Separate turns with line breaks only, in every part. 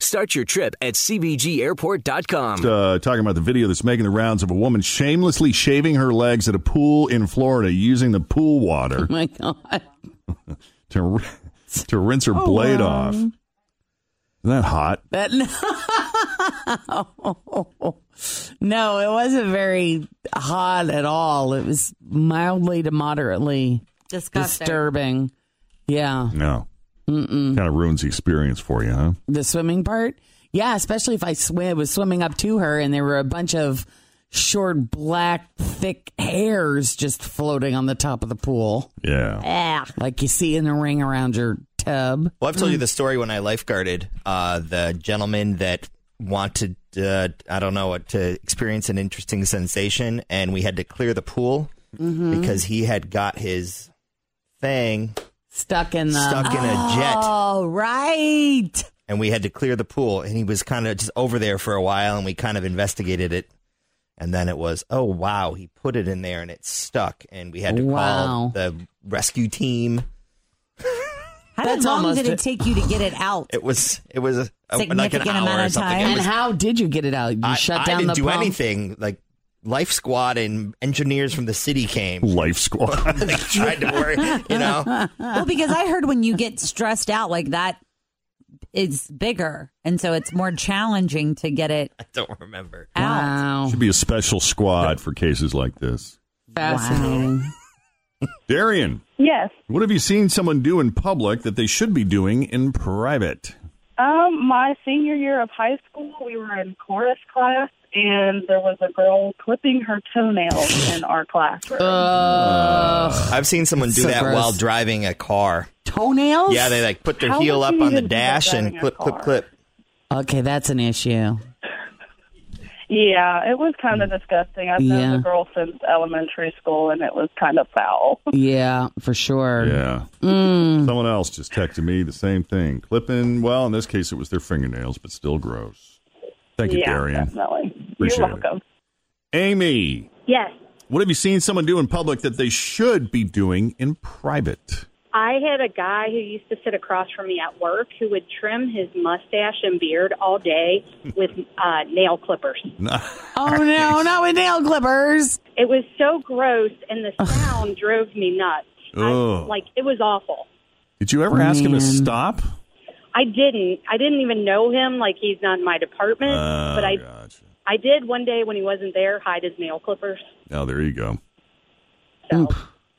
Start your trip at CBGAirport.com.
uh, talking about the video that's making the rounds of a woman shamelessly shaving her legs at a pool in Florida using the pool water
my god.
to r- to rinse her blade off. Isn't that hot?
That no. no, it wasn't very hot at all. It was mildly to moderately
Disgusting.
disturbing. Yeah.
No, kind of ruins the experience for you, huh?
The swimming part? Yeah, especially if I sw- was swimming up to her and there were a bunch of short black thick hairs just floating on the top of the pool.
Yeah.
Ah. Like you see in the ring around your tub.
Well, I've told you
Hmm.
the story when I lifeguarded. Uh, the gentleman that wanted, uh, I don't know, to experience an interesting sensation, and we had to clear the pool
Mm-hmm.
because he had got his thing
Stuck in the
stuck in a jet,
Oh right.
and we had to clear the pool. And he was kind of just over there for a while, and we kind of investigated it. And then it was, oh wow, he put it in there and it stuck, and we had to
Wow.
call the rescue team.
How
That's
long
almost
did
it.
it take you to get it out?
It was, it was a, like an
Significant
hour
amount
or
of
something. It
time.
And
was-
how did you get it out? You
I,
shut
I
down
didn't
the
do
pump?
anything. Like life squad and engineers from the city came.
Life squad.
like tried to worry, you know.
well, because I heard when you get stressed out like that, it's bigger, and so it's more challenging to get it
I don't remember.
out.
Wow.
Should be a special squad for cases like this.
Fascinating.
Darian,
Yes.
what have you seen someone do in public that they should be doing in private?
Um, my senior year of high school, we were in chorus class, and there was a girl clipping her toenails in our classroom.
Uh,
I've seen someone do
So
that
gross.
while driving a car.
toenails?
Yeah, they like put their
How
heel
would
up
you
on the
even do that
dash
driving
and
a
clip, clip,
car?
clip.
Okay, that's an issue.
yeah, it was kind of disgusting. I've known
Yeah.
the girl since elementary school, and it was kind of foul.
Yeah, for sure.
Yeah. Someone else just texted me the same thing. Clipping, well, in this case, it was their fingernails, but still gross. Thank you,
yeah,
Darian.
definitely.
Appreciate it.
You're welcome.
Amy,
Yes,
what have you seen someone do in public that they should be doing in private?
I had a guy who used to sit across from me at work who would trim his mustache and beard all day with uh, nail clippers.
Oh, no, not with nail clippers.
It was so gross, and the sound drove me nuts. I,
Ugh.
like it was awful.
Did you ever ask him to
Man.
stop?
I didn't. I didn't even know him. Like he's not in my department.
Oh,
but I,
gotcha.
I did one day when he wasn't there hide his nail clippers.
Oh, there you go.
So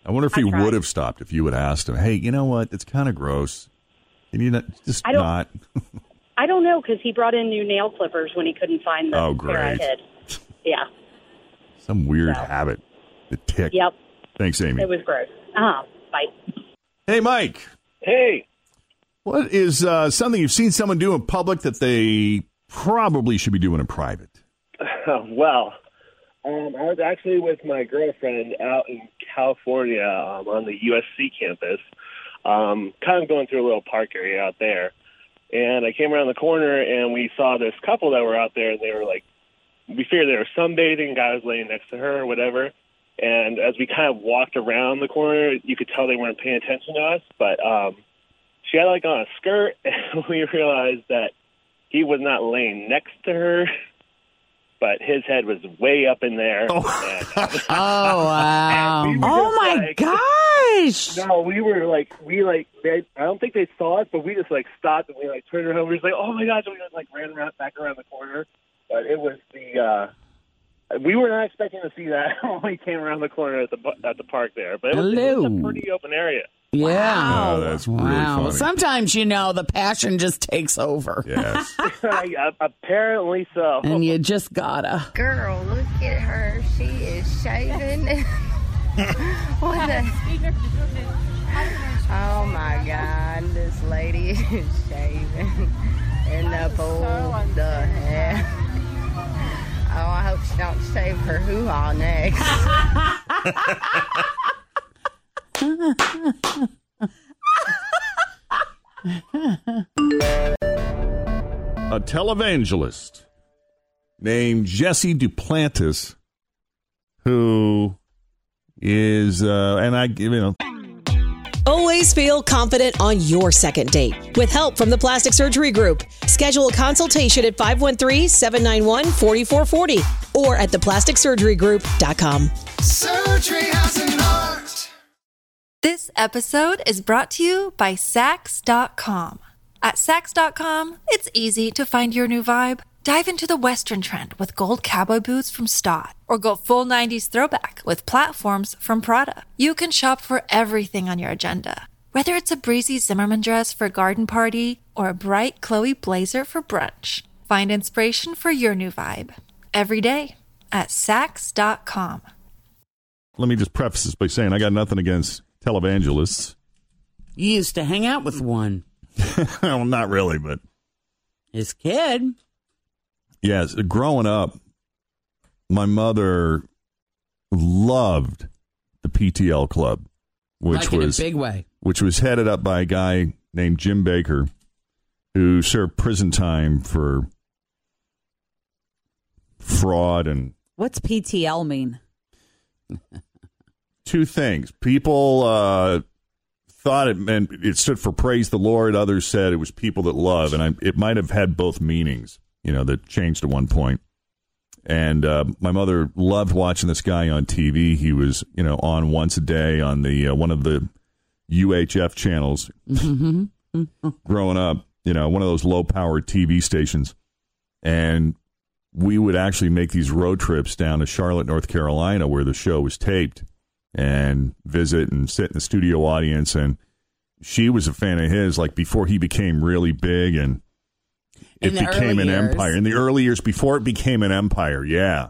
I wonder if
I
he
tried.
would have stopped if you had asked him, hey, you know what? It's kind of gross. Can you not, just
I don't-
not?
I don't know because he brought in new nail clippers when he couldn't find them.
Oh,
where I
great.
hid. Yeah.
Some weird
No.
habit. The tick.
Yep.
Thanks, Amy.
It was gross. Ah, bye.
hey, Mike.
Hey,
What is uh, something you've seen someone do in public that they probably should be doing in private?
well, um, I was actually with my girlfriend out in California um, on the USC campus, um, kind of going through a little park area out there. And I came around the corner and we saw this couple that were out there, and they were like, we figured they were sunbathing. Guy was laying next to her or whatever. And as we kind of walked around the corner, you could tell they weren't paying attention to us. But um, she had like on a skirt, and we realized that he was not laying next to her, but his head was way up in there.
Oh, wow.
And we were
Oh
just
my
like,
gosh!
No, we were like, we like, they, I don't think they saw it, but we just like stopped and we like turned around. We were just like, oh my gosh! And we like ran around back around the corner, but it was the. uh we were not expecting to see that when we came around the corner at the bu- at the park there, but it was, it was
Hello.
a pretty open area.
Yeah.
Oh, that's really
wow.
funny.
Sometimes, you know, the passion just takes over.
Yes.
uh, Apparently so.
and you just gotta.
Girl, look at her. She is shaving. what the? Oh my God, this lady is shaving in the pool. the heck? Oh, I hope she don't shave her hoo-ha next.
a televangelist named Jesse Duplantis, who is, uh, and I, you know,
Always feel confident on your second date. With help from the Plastic Surgery Group, schedule a consultation at 513-791-4440 or at theplasticsurgerygroup.com.
Surgery has an art.
This episode is brought to you by Sax.com. At Sax.com, it's easy to find your new vibe. Dive into the Western trend with gold cowboy boots from Stott, or go full 90s throwback with platforms from Prada. You can shop for everything on your agenda, whether it's a breezy Zimmerman dress for a garden party or a bright Chloe blazer for brunch. Find inspiration for your new vibe every day at Sax.com.
let me just preface this by saying I got nothing against televangelists.
You used to hang out with one.
well, not really, but
his kid.
Yes, growing up, my mother loved the PTL Club, which
Like in a
was
big way.
which was headed up by a guy named Jim Baker, who served prison time for fraud and
What's PTL mean?
two things. People uh, thought it meant it stood for praise the Lord. Others said it was people that love, and I, it might have had both meanings. You know, that changed at one point. And uh, my mother loved watching this guy on TV. He was, you know, on once a day on the uh, one of the UHF channels growing up, you know, one of those low power TV stations. And we would actually make these road trips down to Charlotte, North Carolina, where the show was taped, and visit and sit in the studio audience. And she was a fan of his, like before he became really big and it
In the
became
early
an
years.
empire. In the early years, before it became an empire, yeah.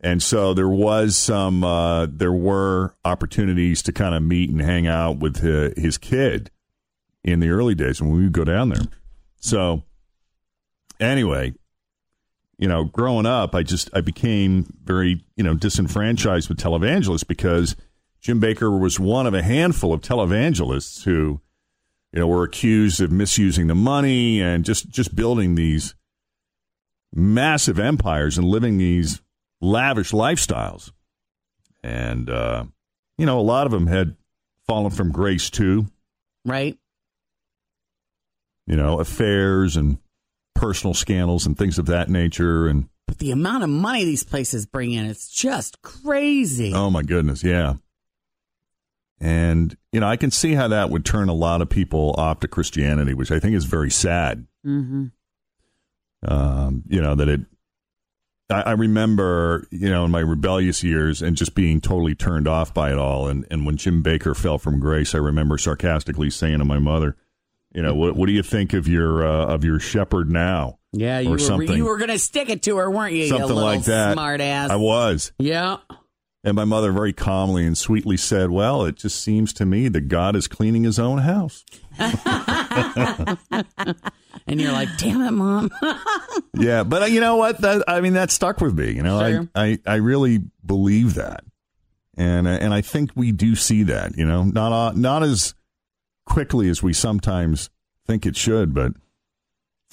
And so there was some, uh, there were opportunities to kind of meet and hang out with uh, his kid in the early days when we would go down there. So, anyway, you know, growing up, I just I became very you know disenfranchised with televangelists because Jim Baker was one of a handful of televangelists who, you know, were accused of misusing the money and just just building these massive empires and living these lavish lifestyles, and uh, you know, a lot of them had fallen from grace too
Right?
you know, affairs and personal scandals and things of that nature. And
But the amount of money these places bring in, it's just crazy.
oh my goodness, yeah. And you know, I can see how that would turn a lot of people off to Christianity, which I think is very sad.
Mm-hmm.
Um, you know that it. I, I remember, you know, in my rebellious years and just being totally turned off by it all. And and when Jim Baker fell from grace, I remember sarcastically saying to my mother, "You know, what what do you think of your uh, of your shepherd now?"
Yeah, you
or
were
something.
you were gonna stick it to her, weren't you? you
something
little
like that.
Smart ass.
I was.
yeah.
And my mother very calmly and sweetly said, Well, it just seems to me that God is cleaning his own house.
And you're like, damn it, mom.
yeah. But uh, you know what? That, I mean, that stuck with me. You know,
Sure.
I, I, I really believe that. And, uh, and I think we do see that, you know, not, uh, not as quickly as we sometimes think it should, but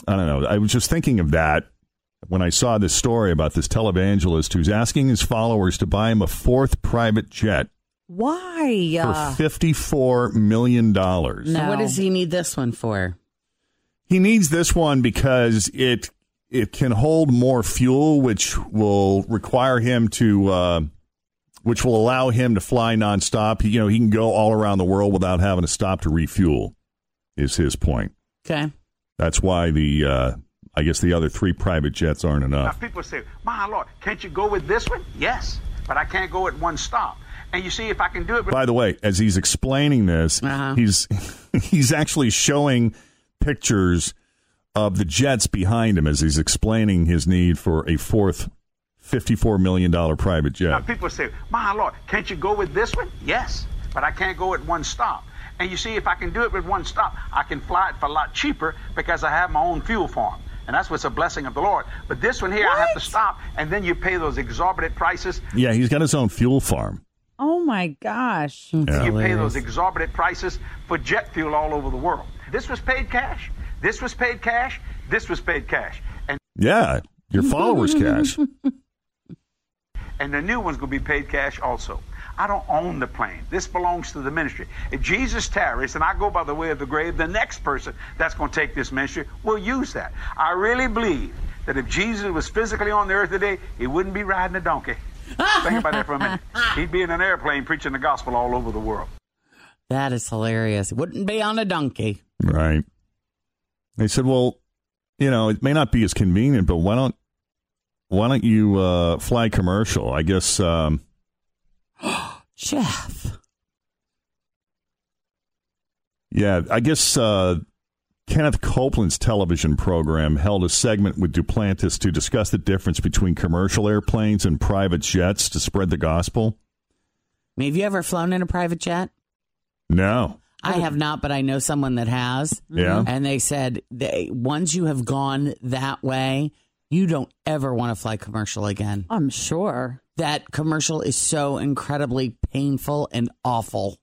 I don't know. I was just thinking of that when I saw this story about this televangelist who's asking his followers to buy him a fourth private jet
Why? Uh,
for fifty-four million dollars.
What does he need this one for?
He needs this one because it it can hold more fuel, which will require him to uh, which will allow him to fly nonstop. He, you know, he can go all around the world without having to stop to refuel. Is his point?
Okay.
That's why the uh, I guess the other three private jets aren't
Now,
enough.
people say, my Lord, can't you go with this one? Yes, but I can't go at one stop. And you see, if I can do it with
By the way, as he's explaining this, he's he's actually showing pictures of the jets behind him as he's explaining his need for a fourth fifty-four million dollar private
Now,
jet.
people say, my Lord, can't you go with this one? Yes, but I can't go at one stop. And you see, if I can do it with one stop, I can fly it for a lot cheaper because I have my own fuel for 'em. And that's what's a blessing of the Lord. But this one here, I have to stop, and then you pay those exorbitant prices.
Yeah, he's got his own fuel farm.
Oh my gosh.
Yeah.
You pay those exorbitant prices for jet fuel all over the world. This was paid cash. This was paid cash. This was paid cash. And
Yeah, your followers cash.
and the new one's going to be paid cash also. I don't own the plane. This belongs to the ministry. If Jesus tarries and I go by the way of the grave, the next person that's going to take this ministry will use that. I really believe that if Jesus was physically on the earth today, he wouldn't be riding a donkey. Think about that for a minute. He'd be in an airplane preaching the gospel all over the world.
That is hilarious. Wouldn't be on a donkey.
Right. They said, "Well, you know, it may not be as convenient, but why don't why don't you uh, fly commercial? I guess um,
Jeff.
Yeah, I guess uh, Kenneth Copeland's television program held a segment with Duplantis to discuss the difference between commercial airplanes and private jets to spread the gospel.
I mean, Have you ever flown in a private jet?
No.
I have not, but I know someone that has.
Yeah.
Mm-hmm. And they said they once you have gone that way, you don't ever want to fly commercial again.
I'm sure.
That commercial is so incredibly painful and awful.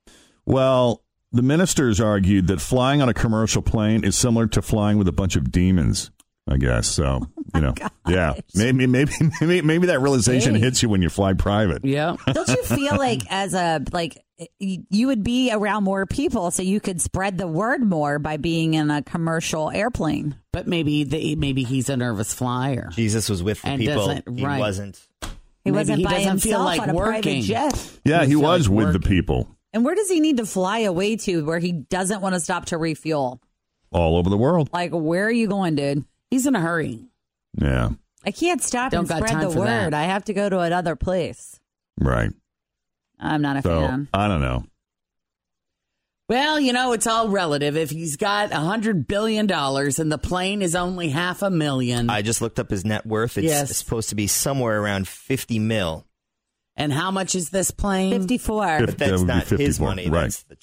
Well, the ministers argued that flying on a commercial plane is similar to flying with a bunch of demons. I guess
Oh
so. you know, yeah. Maybe, maybe, maybe, maybe that realization
Hey.
hits you when you fly private.
Yeah.
Don't you feel like as a like y- you would be around more people so you could spread the word more by being in a commercial airplane?
But maybe they, maybe he's a nervous flyer.
Jesus was with the
And
people.
doesn't-
He
right.
wasn't.
He
Maybe
wasn't
he
by
doesn't
himself
feel like
on a private
working.
jet.
Yeah, he was with the people
And where does he need to fly away to where he doesn't want to stop to refuel?
all over the world.
Like, where are you going, dude?
He's in a hurry.
Yeah.
I can't stop
Don't
and
got
spread
time
the
for that.
word. I have to go to another place.
Right.
I'm not a
So
fan.
I don't know.
Well, you know, it's all relative. If he's got a hundred billion dollars and the plane is only half a million,
I just looked up his net worth. It's
Mm. Yes.
supposed to be somewhere around 50 mil.
and how much is this plane?
Fifty-four.
Fif- that would be 54, Right.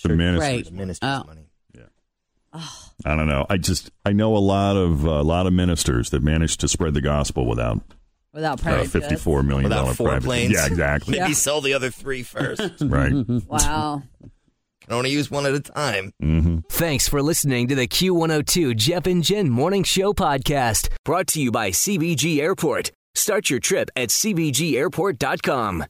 the, ministers.
Ministers
money.
I don't know. I just I know a lot of uh, a lot of ministers that managed to spread the gospel without
Without
uh,
private jets.
fifty four million dollar
Without four
private.
planes.
Yeah, exactly.
Maybe sell the other three first. Can
Right.
Mm-hmm. Wow.
only use one at a time.
Mm-hmm.
Thanks for listening to the Q102 Jeff and Jen Morning Show podcast, brought to you by CBG Airport. Start your trip at CBGAirport.com.